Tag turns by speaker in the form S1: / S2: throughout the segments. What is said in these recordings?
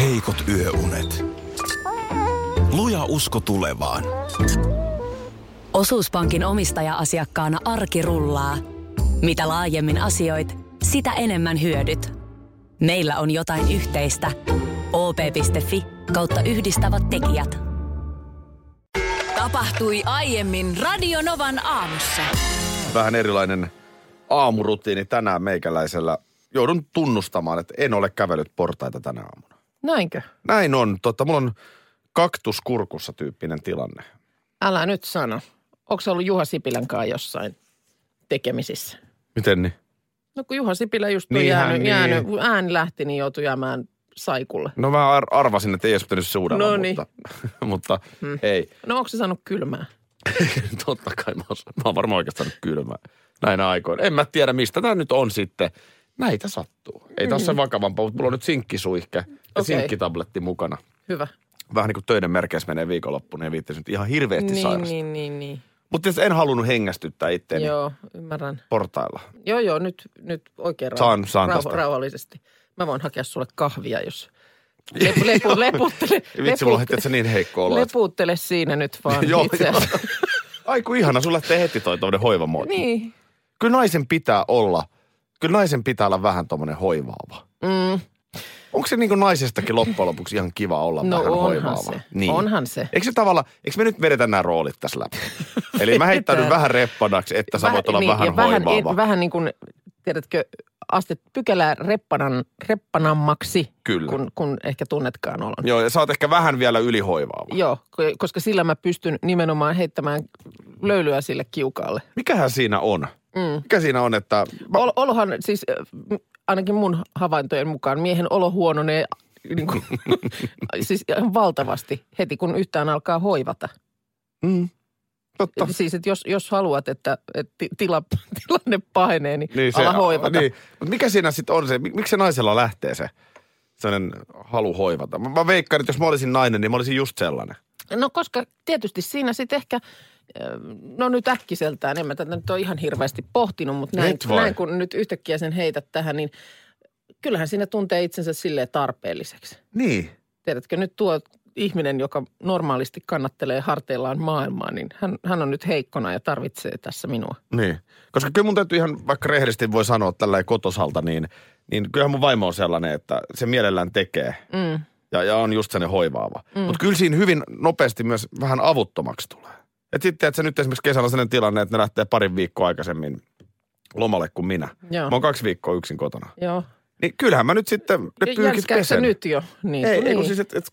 S1: heikot yöunet. Luja usko tulevaan.
S2: Osuuspankin omistaja-asiakkaana arki rullaa. Mitä laajemmin asioit, sitä enemmän hyödyt. Meillä on jotain yhteistä. op.fi kautta yhdistävät tekijät.
S3: Tapahtui aiemmin Radionovan aamussa.
S4: Vähän erilainen aamurutiini tänään meikäläisellä. Joudun tunnustamaan, että en ole kävellyt portaita tänä aamuna.
S5: Näinkö?
S4: Näin on. Totta, mulla on kaktuskurkussa tyyppinen tilanne.
S5: Älä nyt sano. Onko se ollut Juha Sipilän kanssa jossain tekemisissä?
S4: Miten niin?
S5: No kun Juha Sipilä just on
S4: Niinhän
S5: jäänyt,
S4: niin.
S5: jäänyt, kun ääni lähti, niin joutui jäämään saikulle.
S4: No mä ar- arvasin, että ei olisi pitänyt suudella,
S5: No niin.
S4: mutta, mutta hmm. ei.
S5: No onko se saanut kylmää?
S4: Totta kai mä oon, mä oon varmaan oikeastaan nyt kylmää näinä aikoina. En mä tiedä, mistä tämä nyt on sitten. Näitä sattuu. Ei tässä ole vakavampaa, mutta mulla on nyt sinkkisuihke ja okay.
S5: Hmm. Okei.
S4: sinkkitabletti mukana.
S5: Hyvä.
S4: Vähän niin kuin töiden merkeissä menee viikonloppuna ja viittisi nyt ihan hirveästi niin, sairasta. Niin.
S5: niin, niin, niin.
S4: Mutta tietysti en halunnut hengästyttää itteeni Joo.
S5: Joo, ymmärrän.
S4: portailla.
S5: Joo, joo, nyt, nyt oikein rauha-
S4: Saan- saan
S5: rauha-
S4: tästä.
S5: rauhallisesti. Mä voin hakea sulle kahvia, jos... Lepu, lepu, leputtele,
S4: Vitsi, mulla on heti, että se niin heikko olo. että-
S5: leputtele siinä nyt vaan
S4: Joo,
S5: itseäsi.
S4: joo. Ai kun ihana, sulla lähtee heti toi tommonen hoivamuoto.
S5: Niin.
S4: Kyllä naisen pitää olla, kyllä naisen pitää olla vähän tommonen hoivaava.
S5: Mm.
S4: Onko se niin kuin naisestakin loppujen lopuksi ihan kiva olla
S5: No
S4: vähän
S5: onhan
S4: hoivaava? Niin.
S5: se. Onhan se.
S4: Eikö se tavalla, eikö me nyt vedetä nämä roolit tässä läpi? Eli mä heittäydyn
S5: Vedetään.
S4: vähän reppanaksi, että sä voit olla
S5: niin,
S4: vähän
S5: ja vähän,
S4: hoivaava.
S5: e- vähän niin kuin, tiedätkö, aste pykälää reppanan, reppanammaksi,
S4: Kyllä.
S5: Kun, kun ehkä tunnetkaan olon.
S4: Joo, ja sä oot ehkä vähän vielä ylihoivaava.
S5: Joo, ko- koska sillä mä pystyn nimenomaan heittämään löylyä sille kiukaalle.
S4: Mikähän siinä on?
S5: Mm.
S4: Mikä siinä on, että... Mä,
S5: Ol, olohan siis, äh, m- ainakin mun havaintojen mukaan, miehen olo huononee niin kuin, siis ihan valtavasti heti, kun yhtään alkaa hoivata.
S4: mm, totta.
S5: Siis, että jos, jos haluat, että, että ti- tila, tilanne pahenee, niin, niin ala hoivata.
S4: Niin. Mut mikä siinä sitten on se, mik- miksi se naisella lähtee se sellainen halu hoivata? Mä, mä veikkaan, että jos mä olisin nainen, niin mä olisin just sellainen.
S5: No koska tietysti siinä sitten ehkä, ö, no nyt äkkiseltään, en mä tätä nyt ole ihan hirveästi pohtinut, mutta näin,
S4: Nyt vai?
S5: näin kun nyt yhtäkkiä sen heität tähän, niin kyllähän siinä tuntee itsensä silleen tarpeelliseksi.
S4: Niin.
S5: Tiedätkö, nyt tuo ihminen, joka normaalisti kannattelee harteillaan maailmaa, niin hän, hän on nyt heikkona ja tarvitsee tässä minua.
S4: Niin. Koska kyllä mun täytyy ihan, vaikka rehellisesti voi sanoa tällä kotosalta, niin, niin kyllähän mun vaimo on sellainen, että se mielellään tekee.
S5: Mm.
S4: Ja, ja on just sellainen hoivaava. Mm. Mutta kyllä siinä hyvin nopeasti myös vähän avuttomaksi tulee. Et sitten, että se nyt esimerkiksi kesällä on sellainen tilanne, että ne lähtee parin viikkoa aikaisemmin lomalle kuin minä.
S5: Joo.
S4: Mä oon kaksi viikkoa yksin kotona.
S5: Joo.
S4: Niin kyllähän mä nyt sitten ne pyykit
S5: Jänskäätkö sä
S4: pesen.
S5: nyt jo? Niin,
S4: Ei,
S5: kuin
S4: ei kun
S5: niin.
S4: siis, et, et,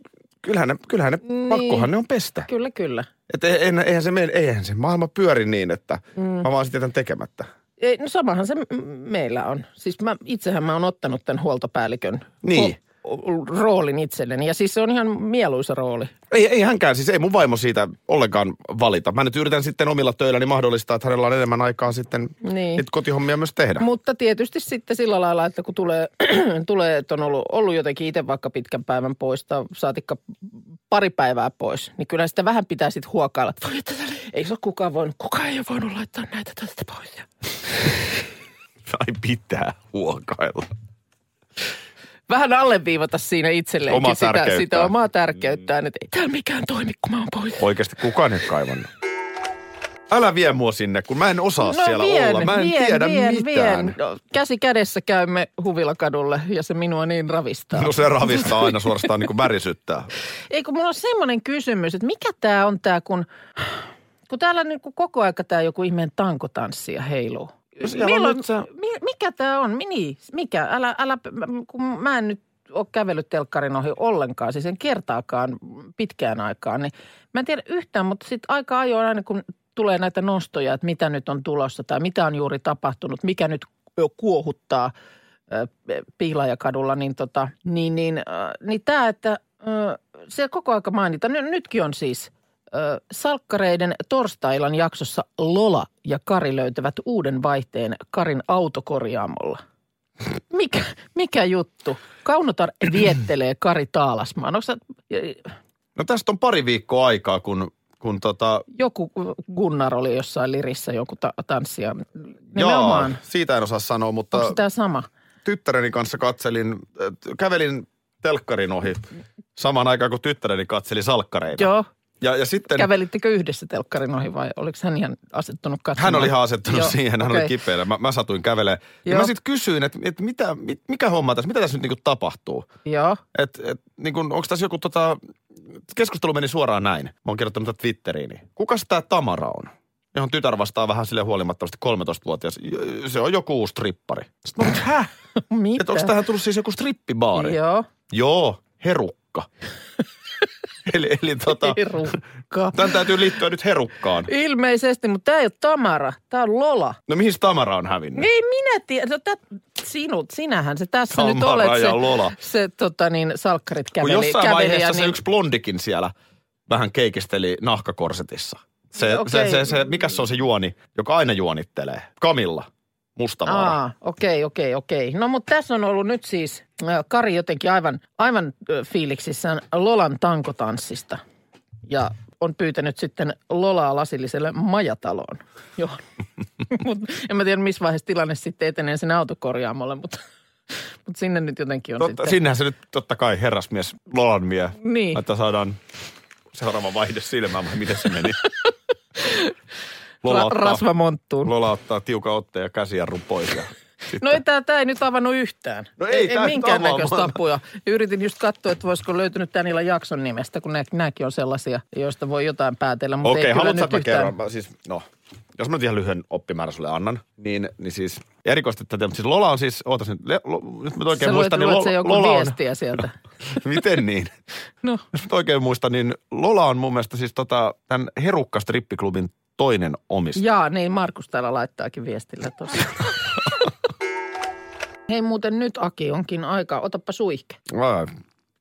S4: kyllähän ne, kyllähän ne
S5: Niin.
S4: pakkohan ne on pestä.
S5: Kyllä, kyllä.
S4: Et e- en, eihän, se mene, eihän se maailma pyöri niin, että mm. mä vaan sitten jätän tekemättä.
S5: Ei, no samahan se m- meillä on. Siis mä, itsehän mä oon ottanut tämän huoltopäällikön
S4: Niin.
S5: o- o- roolin itselleni. Ja siis se on ihan mieluisa rooli.
S4: Ei, ei hänkään, siis ei mun vaimo siitä ollenkaan valita. Mä nyt yritän sitten omilla töilläni mahdollistaa, että hänellä on enemmän aikaa sitten
S5: Niin.
S4: niitä kotihommia myös tehdä.
S5: Mutta tietysti sitten sillä lailla, että kun tulee, tulee että on ollut, ollut jotenkin itse vaikka pitkän päivän pois tai saatikka pari päivää pois, niin kyllä sitä vähän pitää sitten huokailla. että Voi, että täällä ei se ole kukaan voinut, kukaan ei ole voinut laittaa näitä tästä pois. Ja
S4: Ai pitää huokailla.
S5: Vähän alleviivata siinä itselleen
S4: Omaa
S5: sitä,
S4: tärkeyttään.
S5: sitä omaa tärkeyttään, että ei täällä mikään toimi, kun mä oon pois.
S4: Oikeasti kukaan ei kaivannut. Älä vie mua sinne, kun mä en osaa siellä olla. Mä en tiedä mitään.
S5: No, Käsi kädessä käymme Huvilakadulle ja se minua niin ravistaa.
S4: No
S5: No.
S4: se ravistaa aina suorastaan niin kuin värisyttää.
S5: Ei kun mulla on semmoinen kysymys, että mikä tämä on tämä, kun, kun täällä niin kuin koko aika tämä joku ihmeen tankotanssia heiluu.
S4: siellä on No nyt se-
S5: mi, mikä tämä on? Mi- Niin, mikä? Älä, älä, mä- kun mä en nyt ole kävellyt telkkarin ohi ollenkaan, siis en kertaakaan pitkään aikaan, niin mä en tiedä yhtään, mutta sitten aika ajoin aina kun tulee näitä nostoja, että mitä nyt on tulossa tai mitä on juuri tapahtunut, mikä nyt jo kuohuttaa ö, Pihlajakadulla, niin, tota, niin, niin, ö, niin tämä, että ö, se koko aika mainitaan, Ny- nytkin on siis ö, Salkkareiden torstailan jaksossa Lola ja Kari löytävät uuden vaihteen Karin autokorjaamolla. Mikä, mikä juttu? Kaunotar viettelee Kari Taalasmaan. Onko sä,
S4: No tästä on pari viikkoa aikaa, kun, kun tota...
S5: joku Gunnar oli jossain lirissä joku ta- tanssia?
S4: Jaa,
S5: Nimenomaan.
S4: siitä en osaa sanoa, mutta
S5: Onko tämä sama?
S4: tyttäreni kanssa katselin, äh, kävelin telkkarin ohi samaan aikaan, kun tyttäreni katseli salkkareita.
S5: Joo.
S4: Ja, ja sitten
S5: Kävelittekö yhdessä telkkarin ohi vai oliko hän ihan asettunut katsomaan?
S4: hän oli ihan asettunut
S5: Joo,
S4: siihen, hän
S5: okei.
S4: oli kipeänä. Mä, mä satuin kävelemään. Ja
S5: Joo.
S4: mä sitten kysyin, että et mitä, mit, mikä homma tässä, mitä tässä nyt niinku tapahtuu?
S5: Joo,
S4: Et, et, niin kun, onko tässä joku tota, keskustelu meni suoraan näin. Mä oon kirjoittanut tätä Twitteriin. Kukas tämä Tamara on? Johon tytär vastaa vähän sille huolimattomasti 13-vuotias. "J- Se on joku uusi strippari. Sitten mä oon, hä?
S5: mitä?
S4: Että onko tähän tullut siis joku strippibaari?
S5: Joo,
S4: Joo, herukka. eli, eli tota,
S5: herukka.
S4: tämän täytyy liittyä nyt herukkaan.
S5: Ilmeisesti, mutta tämä ei ole Tamara, tämä on Lola.
S4: No mihin Tamara on hävinnyt?
S5: Ei minä tiedä, no, tät, sinut, sinähän se tässä nyt
S4: Tamara
S5: olet
S4: ja
S5: se,
S4: Lola.
S5: se tota niin, salkkarit
S4: Kun
S5: käveli,
S4: jossain
S5: käveli
S4: vaiheessa
S5: ja
S4: se
S5: niin,
S4: yksi blondikin siellä vähän keikisteli nahkakorsetissa. Se,
S5: Niin, Okei.
S4: se, se, se, mikä se on se juoni, joka aina juonittelee? Kamilla, Mustavaara.
S5: Aa, okei, okei, okei. No mutta tässä on ollut nyt siis äh, Kari jotenkin aivan, aivan ö, fiiliksissään Lolan tankotanssista. Ja on pyytänyt sitten Lolaa lasilliselle majataloon. Joo. Mut en mä tiedä, missä vaiheessa tilanne sitten etenee sen autokorjaamolle, mutta, mutta sinne nyt jotenkin on
S4: Totta,
S5: no sitten.
S4: sinnehän se nyt totta kai herrasmies, lolanmie,
S5: Niin.
S4: että saadaan seuraava vaihde silmään vai miten se meni. Lola
S5: Ra-
S4: ottaa,
S5: rasvamonttuun.
S4: Lola ottaa tiukan otteen ja käsiä pois. Ja sitten-
S5: No ei, tää, tää ei nyt avannut yhtään.
S4: No ei
S5: ei
S4: tää nyt
S5: minkäännäköistä
S4: avaamaan.
S5: tapuja. Yritin just katsoa, että voisiko löytynyt tää niillä jakson nimestä, kun nämäkin on sellaisia, joista voi jotain päätellä, mutta
S4: Okei,
S5: ei kyllä
S4: haluatko
S5: nyt
S4: että mä
S5: yhtään.
S4: kerron? Mä siis, no, jos mä nyt ihan lyhyen oppimäärän sulle annan, niin, niin siis erikoisesti tätä, mutta siis Lola on siis, ootas nyt, le, lo, nyt mä nyt oikein
S5: Sä luet,
S4: muistan, niin
S5: luet
S4: Lo-
S5: se joku
S4: Lola on,
S5: viestiä sieltä.
S4: miten niin?
S5: No.
S4: Jos mä nyt oikein muistan, niin Lola on mun mielestä siis tota, tämän Herukka strippiklubin toinen omistaja.
S5: Jaa, niin Markus täällä laittaakin viestillä tosiaan. Hei muuten nyt Aki onkin aika. Otappa suihke.
S4: Ai,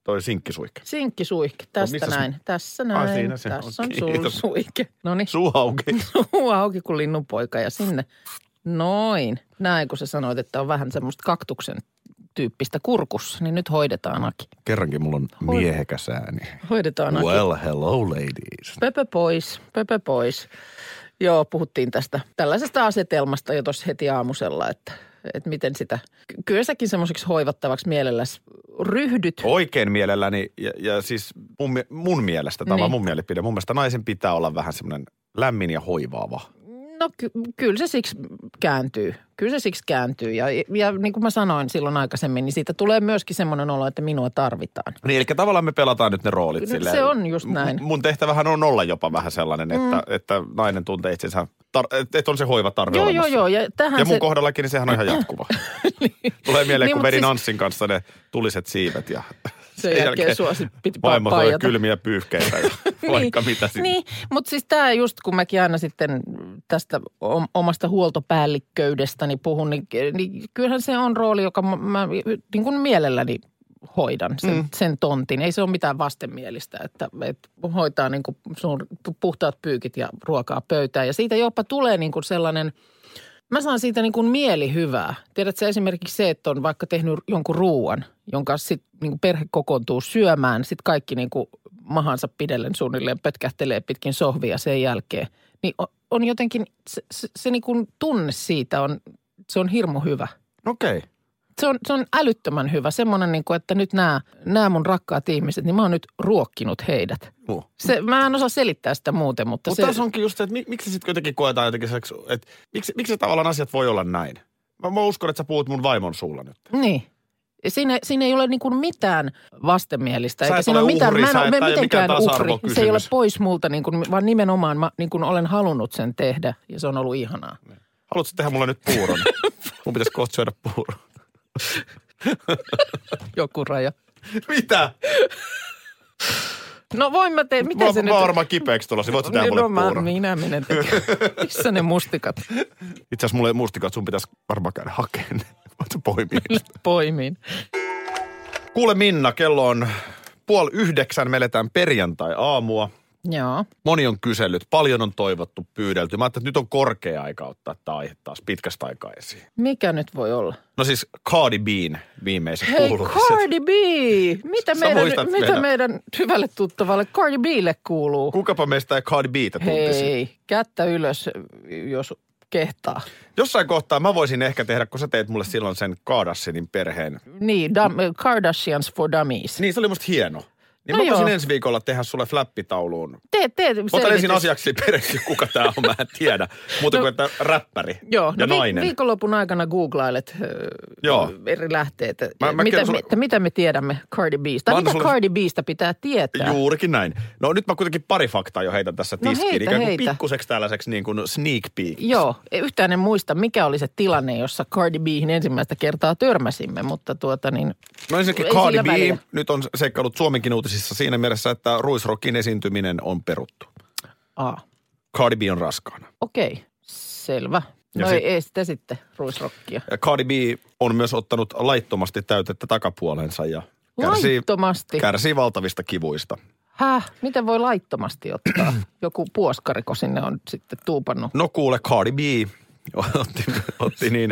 S4: toi sinkkisuikka.
S5: Sinkkisuihke. Tästä
S4: No, missä se-
S5: näin. Tässä näin.
S4: siinä se on.
S5: Tässä on sulla
S4: Kiitos.
S5: suihke. No niin.
S4: Suu auki.
S5: suu auki kuin linnunpoika ja sinne. Noin. Näin kun sä sanoit, että on vähän semmoista kaktuksen tyyppistä kurkussa, niin nyt hoidetaan Aki.
S4: Kerrankin mulla on miehekäs ääni.
S5: Hoidetaan Aki.
S4: Well, hello ladies.
S5: Pöpö pois, pöpö pois. Joo, puhuttiin tästä tällaisesta asetelmasta jo tuossa heti aamusella, että, että miten sitä. Ky- Kyllä säkin semmoiseksi hoivattavaksi mielelläsi ryhdyt.
S4: Oikein mielelläni, ja, ja siis mun, mie- mun mielestä, tämä on
S5: Niin.
S4: vaan mun mielipide, mun mielestä naisen pitää olla vähän semmoinen lämmin ja hoivaava.
S5: No ky- kyllä se siksi kääntyy. Kyllä se siksi kääntyy. Ja, ja niin kuin mä sanoin silloin aikaisemmin, niin siitä tulee myöskin semmoinen olo, että minua tarvitaan.
S4: Niin, eli tavallaan me pelataan nyt ne roolit
S5: Kyllä No, se
S4: silleen.
S5: on just näin. Mm.
S4: M- Mun tehtävähän on olla jopa vähän sellainen, että, että nainen tuntee itsensä, tar- että et on se hoivatarve
S5: Joo, joo,
S4: olemassa.
S5: joo. Ja, tähän
S4: Ja mun
S5: se,
S4: se... kohdallakin niin sehän on ihan jatkuva. Tulee mieleen,
S5: Niin,
S4: kun
S5: mut
S4: vedin
S5: siis-
S4: siis... Anssin kanssa ne tuliset siivet ja
S5: sen jälkeen sua sit piti pa-
S4: vaimo toi
S5: paijata.
S4: kylmiä pyyhkeitä ja vaikka mitä sitten.
S5: Niin, mutta siis tämä just kun mäkin aina sitten tästä om- omasta huoltopäällikköydestäni puhun, niin, niin kyllähän se on rooli, joka mä, mä niin kuin mielelläni hoidan sen, mm. sen tontin. Ei se ole mitään vastenmielistä, että, että hoitaa niin kuin sun puhtaat pyykit ja ruokaa pöytään. Ja siitä jopa tulee niin kuin sellainen – Mä saan siitä niin kuin mielihyvää. Tiedätkö esimerkiksi se, että on vaikka tehnyt jonkun ruuan, jonka sitten niin kuin perhe kokoontuu syömään. Sitten kaikki niin kuin mahansa pidellen suunnilleen pötkähtelee pitkin sohvia sen jälkeen. Niin on, on jotenkin, se, se, se niin kuin tunne siitä on, se on hirmu hyvä.
S4: No Okei. Okay.
S5: Se on, se on älyttömän hyvä. Semmoinen, niin kuin, että nyt nämä, nämä mun rakkaat ihmiset, niin mä oon nyt ruokkinut heidät.
S4: Mutta
S5: Se, mä en osaa selittää sitä muuten, mutta
S4: Mut
S5: se...
S4: tässä onkin just se, että mi- miksi sitten kuitenkin koetaan jotenkin sellaiseksi, että miksi, miksi tavallaan asiat voi olla näin? Mä, mä uskon, että sä puhut mun vaimon suulla nyt.
S5: Niin. Siinä, siinä ei ole niin kuin mitään vastenmielistä.
S4: Sä
S5: eikä
S4: et
S5: siinä
S4: ole
S5: ole mitään,
S4: uhri,
S5: mä en
S4: sä
S5: ole
S4: et- tää ei ole
S5: mitenkään
S4: mikään
S5: uhri. Se ei ole
S4: tasa-arvokysymys.
S5: pois multa, niin kuin, vaan nimenomaan mä niin kuin olen halunnut sen tehdä ja se on ollut ihanaa.
S4: Haluatko tehdä mulle nyt puuron? mun pitäisi kohta syödä puuro.
S5: Joku raja.
S4: Mitä?
S5: No voin mä tehdä,
S4: Miten
S5: miten
S4: mä,
S5: se
S4: mä oon
S5: nyt...
S4: varmaan kipeäksi tulossa, voit sä tehdä
S5: Niin,
S4: mulle
S5: no, mä,
S4: puuron?
S5: minä menen tekemään. Missä ne mustikat
S4: Itse asiassa mulle ei mustikaan, että sun pitäisi varmaan käydä hakemaan ne. Voit sä poimia ne?
S5: poimiin?
S4: Kuule Minna, kello on puoli yhdeksän, me eletään perjantai-aamua.
S5: Joo.
S4: Moni on kysellyt, paljon on toivottu, pyydelty. Mä ajattelin, että nyt on korkea aika ottaa tämä aihe taas pitkästä aikaa esiin.
S5: Mikä nyt voi olla?
S4: No siis Cardi Bean viimeiset
S5: Hei
S4: kuulutukset.
S5: Cardi B! Mitä
S4: Sä
S5: meidän,
S4: muistat
S5: mitä
S4: meidän-
S5: meidän hyvälle tuttavalle Cardi Bille kuuluu?
S4: Kukapa meistä ei Cardi Beata tuntisi?
S5: Hei, kättä ylös, jos kehtaa.
S4: Jossain kohtaa mä voisin ehkä tehdä, kun sä teet mulle silloin sen Kardashianin perheen.
S5: Niin, dam, Kardashians for Dummies.
S4: Niin, se oli musta hieno. Niin
S5: No
S4: mä voisin
S5: joo.
S4: ensi viikolla tehdä sulle flappitauluun.
S5: Tee, tee
S4: Mä otan ensin
S5: selvitys.
S4: asiaksi perehtyä, kuka tää on, mä en tiedä. Muuten
S5: No-
S4: kuin, että räppäri
S5: Joo,
S4: ja
S5: no vi-
S4: nainen.
S5: viikonlopun aikana googlailet ö,
S4: Joo.
S5: eri lähteet,
S4: Mä-
S5: mä,
S4: mä
S5: mä mitä,
S4: kerron
S5: sulle...
S4: sulle-
S5: mitä, mitä me tiedämme Cardi Bista.
S4: Mä
S5: Tai
S4: annan
S5: mitä
S4: sulle-
S5: Cardi Bista pitää tietää?
S4: Juurikin näin. No nyt mä kuitenkin pari faktaa jo heitän tässä
S5: No
S4: tiskiin.
S5: heitä,
S4: ikään kuin
S5: heitä.
S4: pikkuseksi tällaiseksi niin kuin sneak peek.
S5: Joo, ei yhtään en muista, mikä oli se tilanne, jossa Cardi Bihin ensimmäistä kertaa törmäsimme, mutta tuota niin...
S4: No ensinnäkin
S5: Ei
S4: Cardi
S5: sillä välillä.
S4: B nyt on seikkaillut Suomenkin uutisissa siinä mielessä, että ruisrokin esiintyminen on peruttu.
S5: Aa,
S4: Cardi B on raskaana.
S5: okei, okay, selvä.
S4: Ja
S5: No ei,
S4: sit-
S5: ei sitä sitten, ruisrokkia.
S4: Ja Cardi B on myös ottanut laittomasti täytettä takapuolensa ja kärsii,
S5: Laittomasti.
S4: kärsii valtavista kivuista.
S5: Häh, miten voi laittomasti ottaa? Joku puoskariko sinne on sitten tuupannut.
S4: No kuule, Cardi B otti, otti niin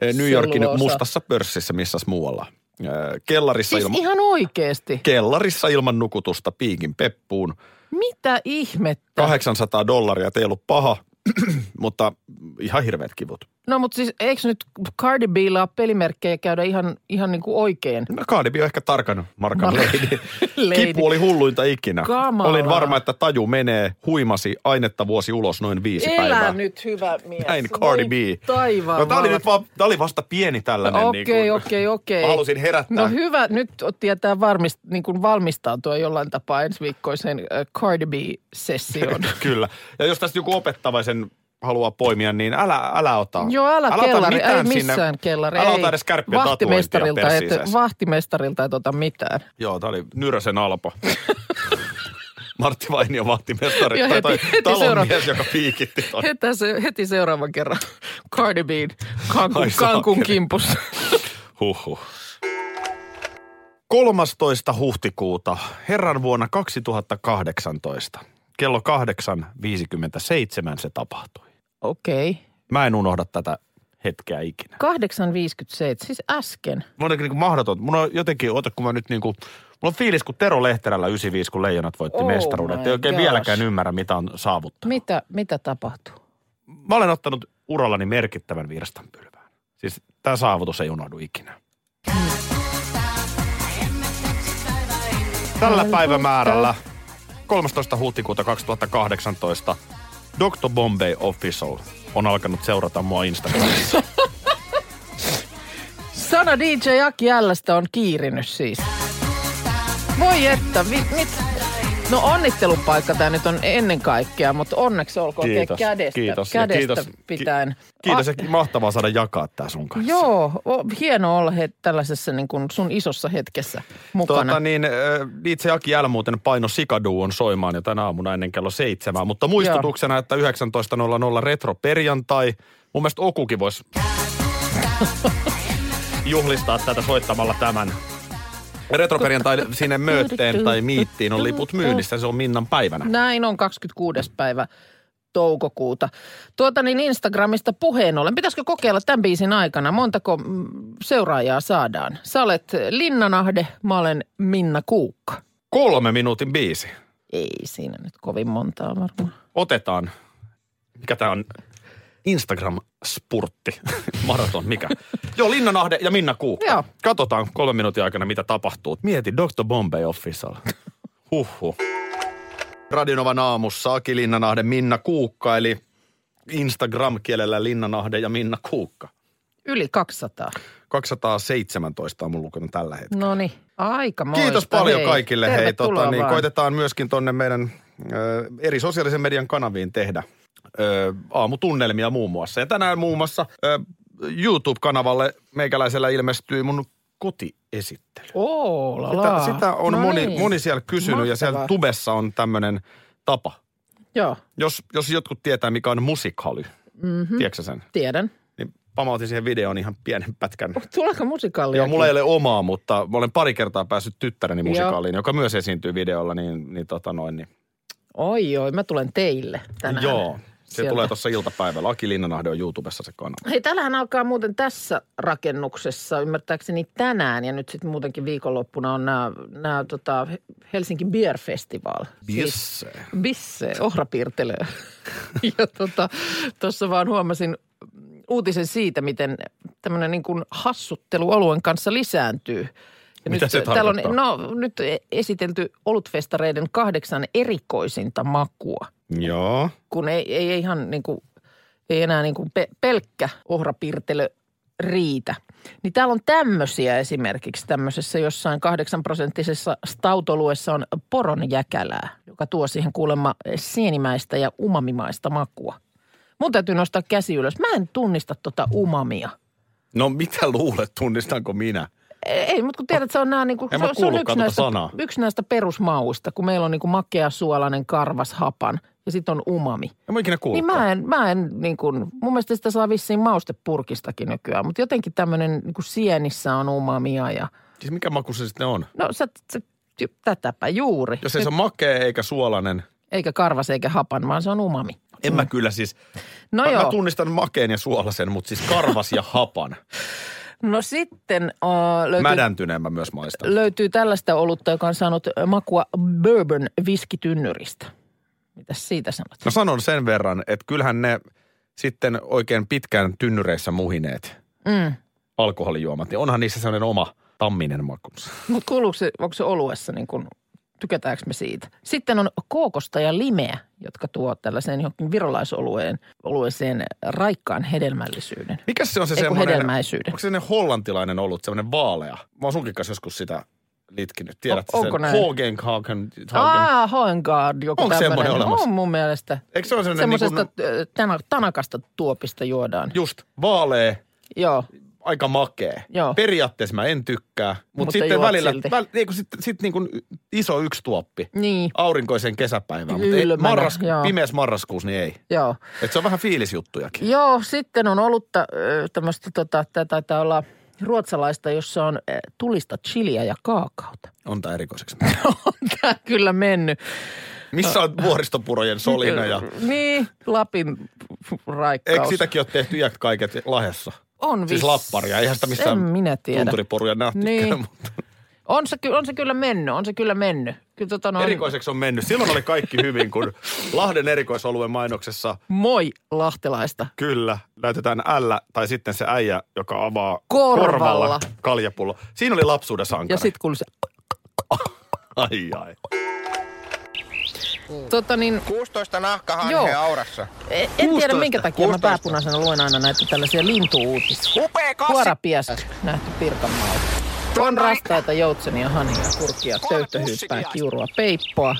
S4: eh, New Yorkin
S5: Selluloosa.
S4: mustassa pörssissä missäs muualla. Eh, Kellarissa,
S5: Siis
S4: ilma,
S5: ihan oikeasti.
S4: kellarissa ilman nukutusta piikin peppuun.
S5: Mitä ihmettä?
S4: 800 dollaria, ei ollut paha, mutta ihan hirveät kivut.
S5: No mutta siis eikö nyt Cardi Billa ole pelimerkkejä käydä ihan, ihan niin kuin oikein?
S4: No Cardi B on ehkä tarkan markan
S5: Mar-
S4: lady.
S5: lady.
S4: Kipu oli hulluinta ikinä.
S5: Kamalaa.
S4: Olin varma, että taju menee. Huimasi ainetta vuosi ulos noin viisi
S5: Elä
S4: päivää.
S5: nyt hyvä mies.
S4: Näin Cardi
S5: Voi
S4: B.
S5: Taivaan
S4: no, tää oli
S5: vallat.
S4: nyt vaan, tää oli vasta pieni tällainen. niin
S5: Okei,
S4: kuin-
S5: okei, okei.
S4: Mä halusin herättää.
S5: No hyvä, nyt tietää varmist, niin kuin valmistautua jollain tapaa ensi viikkoisen äh, Cardi B-sessioon.
S4: Kyllä. Ja jos tästä joku opettavaisen haluaa poimia, niin älä, älä ota.
S5: Joo, älä,
S4: ota
S5: kellari, ei
S4: mitään
S5: missään
S4: sinne,
S5: kellari.
S4: Älä
S5: ei.
S4: ota edes kärppiä
S5: vahtimestarilta,
S4: tatuointia siis.
S5: et,
S4: persiinsä.
S5: vahtimestarilta et ota mitään.
S4: Joo, tää oli Nyrösen Alpo. Martti Vainio vahtimestari.
S5: Ja
S4: tai, tai
S5: heti- heti
S4: talonmies,
S5: seuraava.
S4: joka piikitti ton.
S5: Heti, se, heti seuraavan kerran Cardi B
S4: Ai
S5: kankun,
S4: saakeli.
S5: kankun kimpussa.
S4: Huhhuh. 13. huhtikuuta herran vuonna 2018. Kello 8.57 se tapahtui.
S5: Okei. Okay.
S4: Mä en unohda tätä hetkeä ikinä.
S5: 8.57, siis äsken.
S4: Mun on niin mahdoton. Mun on jotenkin, ota kun mä nyt niin kuin, mulla on fiilis kuin Tero Lehterällä 95, kun Leijonat voitti
S5: Oh
S4: mestaruuden.
S5: my
S4: Että ei oikein
S5: gosh.
S4: vieläkään ymmärrä, mitä on saavuttanut.
S5: Mitä, mitä tapahtuu?
S4: Mä olen ottanut urallani merkittävän virstanpylvään. Siis tämä saavutus ei unohdu ikinä. Tällä päivämäärällä 13. huhtikuuta 2018 Dr. Bombay Official on alkanut seurata mua Instagramissa.
S5: Sana DJ Aki Jällästä on kiirinyt siis. Voi että, vi, mit. No onnittelun paikka tämä nyt on ennen kaikkea, mutta onneksi olkoon oikein
S4: Kiitos,
S5: kädestä,
S4: kiitos ja
S5: kädestä
S4: kiitos. Ki-
S5: pitäen.
S4: Kiitos
S5: A-
S4: ja mahtavaa saada jakaa tämä sun kanssa.
S5: Joo, o, hieno olla he, tällaisessa niin kuin sun isossa hetkessä mukana.
S4: Tuota, niin, äh, itse Aki L muuten paino Sikaduon soimaan jo tänä aamuna ennen kello seitsemää, mutta muistutuksena, että 19.00 retro perjantai. Mun mielestä Okukin voisi juhlistaa tätä soittamalla tämän. Retroperjantai sinne Möötteen tai Miittiin on liput myynnissä, se on Minnan päivänä.
S5: Näin on 26. päivä toukokuuta. Tuota niin Instagramista puheen ollen. Pitäisikö kokeilla tämän biisin aikana? Montako mm, seuraajaa saadaan? Sä olet Linnanahde, mä olen Minna Kuukka.
S4: Kolme minuutin biisi.
S5: Ei siinä nyt kovin montaa varmaan.
S4: Otetaan, mikä tämä on, Instagram-spurtti, maraton, mikä? Joo, Linnanahde ja Minna Kuukka.
S5: Joo.
S4: Katsotaan kolmen minuutin aikana, mitä tapahtuu. Mieti, Dr. Bombay Official. Huhhuh. Radionovan aamussa Aki Linnanahde, Minna Kuukka, eli Instagram-kielellä Linnanahde ja Minna Kuukka.
S5: Yli 200.
S4: 217 on mun lukenut tällä hetkellä.
S5: No niin, aika moista.
S4: Kiitos paljon
S5: hei.
S4: kaikille. Hei, tota,
S5: Tervetuloa
S4: niin,
S5: vaan.
S4: koitetaan myöskin tonne meidän ö, eri sosiaalisen median kanaviin tehdä ö, aamutunnelmia muun muassa. Ja tänään muun muassa ö, YouTube-kanavalle meikäläisellä ilmestyy mun kotiesittely.
S5: Oo, la
S4: Sitä,
S5: la.
S4: sitä on
S5: No
S4: moni,
S5: niin.
S4: moni siellä kysynyt ja siellä
S5: Mahtavaa.
S4: tubessa on tämmöinen tapa.
S5: Joo, mhm.
S4: Jos, jos jotkut tietää, mikä on musikaly,
S5: Hmm?
S4: mm-hmm. tiedätkö sä sen?
S5: tiedän.
S4: Niin pamautin siihen videoon ihan pienen pätkän.
S5: Tuleeko musikaali?
S4: Joo, mulla ei ole omaa, mutta mä olen pari kertaa päässyt tyttäreni musikaaliin, joka myös esiintyy videolla, niin, niin tota noin. Niin.
S5: Oi, oi, mä tulen teille tänään.
S4: Joo, se
S5: Sieltä.
S4: tulee tuossa iltapäivällä. Aki Linnanahde on YouTubessa se kanava.
S5: Hei, tällähän alkaa muuten tässä rakennuksessa, ymmärtääkseni tänään ja nyt sitten muutenkin viikonloppuna on nämä tota, Helsinki Beer Festival. Siis
S4: Yes.
S5: Bisse, ohrapiirtelöä. ja tuossa tota, vaan huomasin uutisen siitä, miten tämmöinen niin kuin hassuttelu oluen kanssa lisääntyy. Ja
S4: Mitä
S5: nyt,
S4: se
S5: täällä on,
S4: tarkoittaa?
S5: No nyt esitelty olutfestareiden kahdeksan erikoisinta makua,
S4: Joo.
S5: kun ei, ei ei ihan niin kuin, ei enää niin kuin pe, pelkkä ohrapirtelö riitä. Niin täällä on tämmöisiä esimerkiksi tämmöisessä jossain kahdeksan prosenttisessa stautoluessa on poronjäkälää, joka tuo siihen kuulemma sienimäistä ja umamimaista makua. Mun täytyy nostaa käsi ylös. Mä en tunnista tota umamia.
S4: No mitä luulet, tunnistanko minä?
S5: E, Ei, mutta kun tiedät, että se on, nämä, niin kuin,
S4: En
S5: se,
S4: mä
S5: on- se on yksi
S4: kuullutkaan tuota
S5: näistä,
S4: sanaa.
S5: yksi näistä perusmauista, kun meillä on niin kuin makea, suolainen, karvas, hapan ja sitten on umami.
S4: En mä ikinä
S5: Niin
S4: kuullutkaan.
S5: mä en, mä en niin kuin, mun mielestä sitä saa vissiin maustepurkistakin nykyään, mutta jotenkin tämmöinen niin kuin sienissä on umamia ja
S4: Siis mikä maku se sitten on?
S5: no sä, sä ty- tätäpä juuri,
S4: Jos ei se ole makea eikä suolainen.
S5: eikä karvas eikä hapan, vaan se on umami.
S4: En mä kyllä siis.
S5: Mm. No
S4: mä,
S5: joo,
S4: mä tunnistan makeen ja suolasen, mutta siis karvas ja hapan.
S5: no sitten uh, löytyy...
S4: Mädäntyneen mä myös maistan.
S5: löytyy tällaista olutta, joka on saanut makua bourbon viskitynnyristä. Mitäs siitä sanot?
S4: No sanon sen verran, että kyllähän ne sitten oikein pitkään tynnyreissä muhineet
S5: Mm.
S4: alkoholijuomat, niin onhan niissä sellainen oma tamminen makunsa.
S5: Mutta kuuluuko se, onko se oluessa niin kun, tykätäänkö me siitä? Sitten on kookosta ja limeä, jotka tuo tällaiseen johonkin virolaisolueen olueeseen raikkaan hedelmällisyyden.
S4: Mikäs se on se
S5: Ei kun
S4: semmoinen,
S5: hedelmäisyyden.
S4: onko se semmoinen hollantilainen olut, semmoinen vaalea? Mä oon sunkin kanssa joskus sitä litkinyt, tiedät
S5: O- onko
S4: sen?
S5: näin?
S4: Hogen, Hagen, Hagen.
S5: Ah, Hoengard, joku
S4: Onko
S5: tämmöinen.
S4: semmoinen olemassa?
S5: On mun mielestä.
S4: Eikö se ole semmoinen
S5: Semmoisesta
S4: niin
S5: niin kun... tanakasta tuopista juodaan. Ju-
S4: just vaalea,
S5: Joo.
S4: aika makea.
S5: Joo.
S4: Periaatteessa mä en tykkää, mutta,
S5: Mutta
S4: sitten
S5: juot
S4: välillä,
S5: silti.
S4: väl, niin kun sit, sit niin kun iso yksi tuoppi
S5: Niin,
S4: aurinkoisen kesäpäivään, mutta ei,
S5: Kylmänä,
S4: marras,
S5: joo.
S4: pimeäs marraskuus, niin ei.
S5: joo.
S4: Et se on vähän fiilisjuttujakin.
S5: Joo, sitten on olutta ö, tämmöistä, tota, tämä taitaa olla ruotsalaista, jossa on ö, tulista chiliä ja kaakaota.
S4: On tää erikoiseksi.
S5: on tämä kyllä mennyt.
S4: Missä on vuoristopurojen solina ja...
S5: Niin, Lapin raikkaus.
S4: Eikö sitäkin ole tehty iät kaiket lahjassa?
S5: On
S4: Siis
S5: viss-
S4: lapparia, eihän sitä missään
S5: En minä tiedä.
S4: Tunturiporuja nähtykään,
S5: Niin.
S4: niin. mutta
S5: On se, ky- on se kyllä mennyt, on se kyllä mennyt. Kyllä tota noin,
S4: erikoiseksi on mennyt. Silloin oli kaikki hyvin, kun Lahden erikoisoluen mainoksessa
S5: moi lahtelaista.
S4: kyllä näytetään L tai sitten se äijä, joka avaa
S5: Korvalla.
S4: korvalla kaljapullo. Siinä oli lapsuuden sankari.
S5: Ja sitten kuuluu se,
S4: Ai ai.
S5: tota niin,
S6: 16
S5: Joo.
S6: nahkahanhea aurassa.
S5: e- en tiedä
S4: 16.
S5: minkä takia mä pääpunaisena luen aina näitä tällaisia lintuuutisia.
S6: Upea kassi
S5: Kuorapies nähty Pirkanmaalla. On rastaita joutsenia, hania, kurkia, töyttöhyyppää, kiurua, peippoa.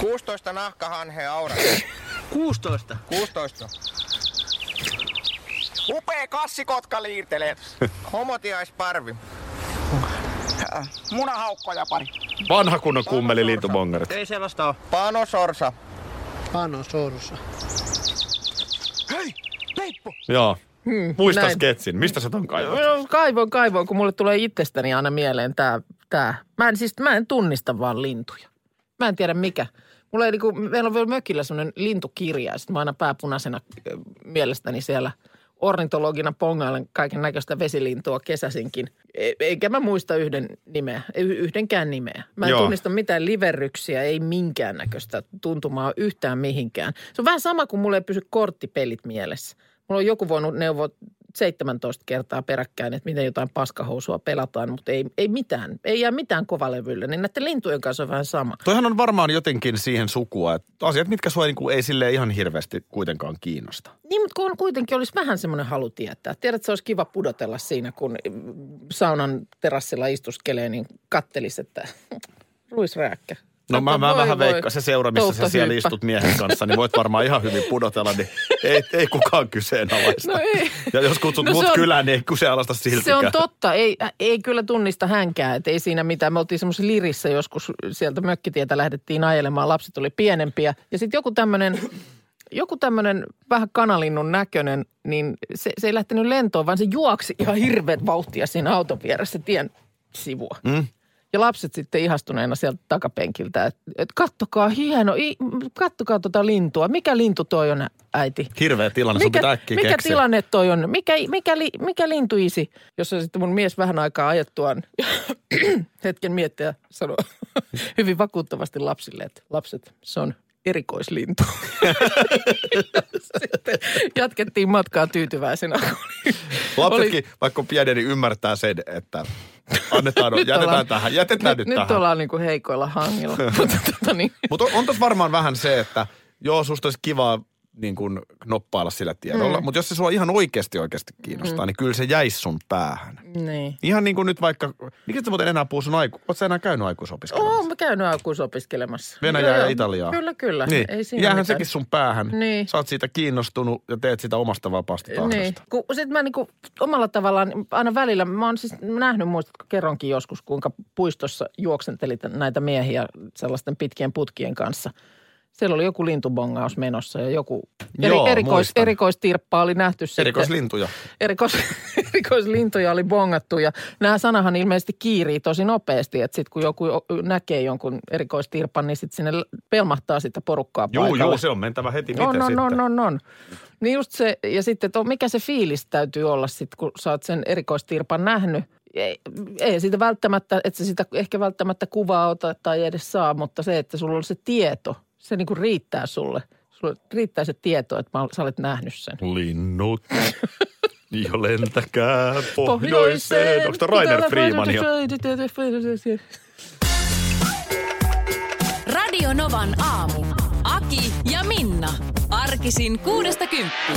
S6: 16 nahkahanhea aurassa. 16. 16. Upea kassi kotka liirtelee. Homotiaisparvi. Munahaukkoja pari.
S4: Vanha kunnon kummeli liitubongarit.
S7: Ei sellaista ole.
S6: Panosorsa.
S7: Pano sorussa.
S4: Joo. Muista
S5: Hmm, näin.
S4: sketsin. Mistä sä ton kaivoit?
S5: No, Kaivoin, kaivoin, kun mulle tulee itsestäni aina mieleen tää, tää. Mä en siis, mä en tunnista vaan lintuja. Mä en tiedä mikä. Mulla ei niinku, meillä on vielä mökillä semmoinen lintukirja, ja sit mä aina pääpunaisena ö, mielestäni siellä ornitologina pongailen kaiken näköistä vesilintua kesäsinkin. E- Eikä mä muista yhden nimeä, ei y- yhdenkään nimeä. Mä en
S4: Joo.
S5: tunnista mitään liverryksiä, ei minkään näköistä tuntumaa yhtään mihinkään. Se on vähän sama kuin mulla ei pysy korttipelit mielessä. Mulla on joku voinut neuvoa 17 kertaa peräkkäin, että miten jotain paskahousua pelataan, mutta ei, ei mitään, ei jää mitään kovalevylle. Niin näiden lintujen kanssa on vähän sama.
S4: Toihan on varmaan jotenkin siihen sukua, että asiat, mitkä sua niinku ei sille ihan hirveästi kuitenkaan kiinnosta.
S5: Niin, mutta kun on kuitenkin olisi vähän semmoinen halu tietää. Tiedät, se olisi kiva pudotella siinä, kun mm, saunan terassilla istuskelee, niin kattelis, että ruisrääkkä.
S4: No mä, mä
S5: Voi,
S4: vähän
S5: voi.
S4: veikkaan, se seura, missä sä siellä
S5: Touttohyyppä.
S4: istut miehen kanssa, niin voit varmaan ihan hyvin pudotella, niin ei, ei kukaan kyseenalaista.
S5: No ei.
S4: Ja jos kutsut
S5: No
S4: no
S5: se
S4: mut
S5: on-
S4: on, kylään, niin ei kyseenalaista siltikään.
S5: Se on totta. Ei, ei kyllä tunnista hänkään, että ei siinä mitään. Me oltiin semmoisessa lirissä joskus sieltä mökkitietä lähdettiin ajelemaan. Lapset oli pienempiä. Ja sitten joku tämmöinen joku tämmöinen vähän kanalinnun näköinen, niin se, se ei lähtenyt lentoon, vaan se juoksi ihan hirveän vauhtia siinä auton vieressä tien sivua.
S4: Mm.
S5: Ja lapset sitten ihastuneena sieltä takapenkiltä, että et kattokaa hieno, i, kattokaa tota lintua. Mikä lintu toi on, äiti?
S4: Hirveä tilanne, sun pitää
S5: Mikä,
S4: äkkiä
S5: mikä
S4: keksiä.
S5: tilanne toi on? Mikä, mikä, li, mikä lintuisi, jos on sitten mun mies vähän aikaa ajettuaan hetken miettiä sanoo hyvin vakuuttavasti lapsille, että lapset, se on erikoislintu. sitten jatkettiin matkaa tyytyväisenä. kun oli-
S4: Lapsetkin, vaikka on pieni, niin ymmärtää sen, että Annetaan, nyt jätetään ollaan, tähän, jätetään nyt,
S5: nyt
S4: tähän.
S5: ollaan niinku heikoilla hangilla. Mutta tota niin.
S4: Mutta on, on tossa varmaan vähän se, että joo, susta olisi kivaa niin kuin knoppailla sillä tiedolla, mm. mutta jos se sua ihan oikeasti oikeasti kiinnostaa, mm. niin kyllä se jäisi sun päähän.
S5: niin.
S4: Ihan niin kuin nyt vaikka, miksi sä muuten enää puhuu sun aiku, oot sä enää käynyt aikuisopiskelemassa?
S5: Oon mä käynyt aikuisopiskelemassa.
S4: Venäjää
S5: Joo,
S4: ja
S5: joo.
S4: Italiaa.
S5: Kyllä, kyllä.
S4: Niin.
S5: Ei siinä
S4: Jäähän
S5: mitään.
S4: sekin sun päähän.
S5: Niin.
S4: Sä oot siitä kiinnostunut ja teet sitä omasta vapaasta tahdosta.
S5: Niin. Kun sit mä niinku omalla tavallaan aina välillä, mä oon siis nähnyt, muistatko kerronkin joskus, kuinka puistossa juoksenteli t- näitä miehiä sellaisten pitkien putkien kanssa. Siellä oli joku lintubongaus menossa ja joku eri,
S4: Joo,
S5: erikois,
S4: muistan.
S5: erikoistirppa oli nähty sitten.
S4: Erikoislintuja.
S5: erikois, erikoislintoja oli bongattu ja nämä sanahan ilmeisesti kiirii tosi nopeasti, että sitten kun joku o- näkee jonkun erikoistirpan, niin sitten sinne l- pelmahtaa sitä porukkaa
S4: Juu,
S5: paikalle.
S4: juu, se on mentävä heti. Miten
S5: on, on,
S4: sitten?
S5: on, on, on. Niin just se, ja sitten, että on- mikä se fiilis täytyy olla sitten, kun sä oot sen erikoistirpan nähnyt. Ei, ei siitä välttämättä, että sä sitä ehkä välttämättä kuvaa ota tai edes saa, mutta se, että sulla on se tieto, se niinku riittää sulle. Sulla riittää se tieto, että mä, ol- sä olet nähnyt sen.
S4: Linnut. Jo lentäkää
S5: pohjoiseen.
S4: pohjoiseen. Onko tämä Rainer Freemania?
S3: Radio Novan aamu. Aki ja Minna. Arkisin kuudesta kymppiin.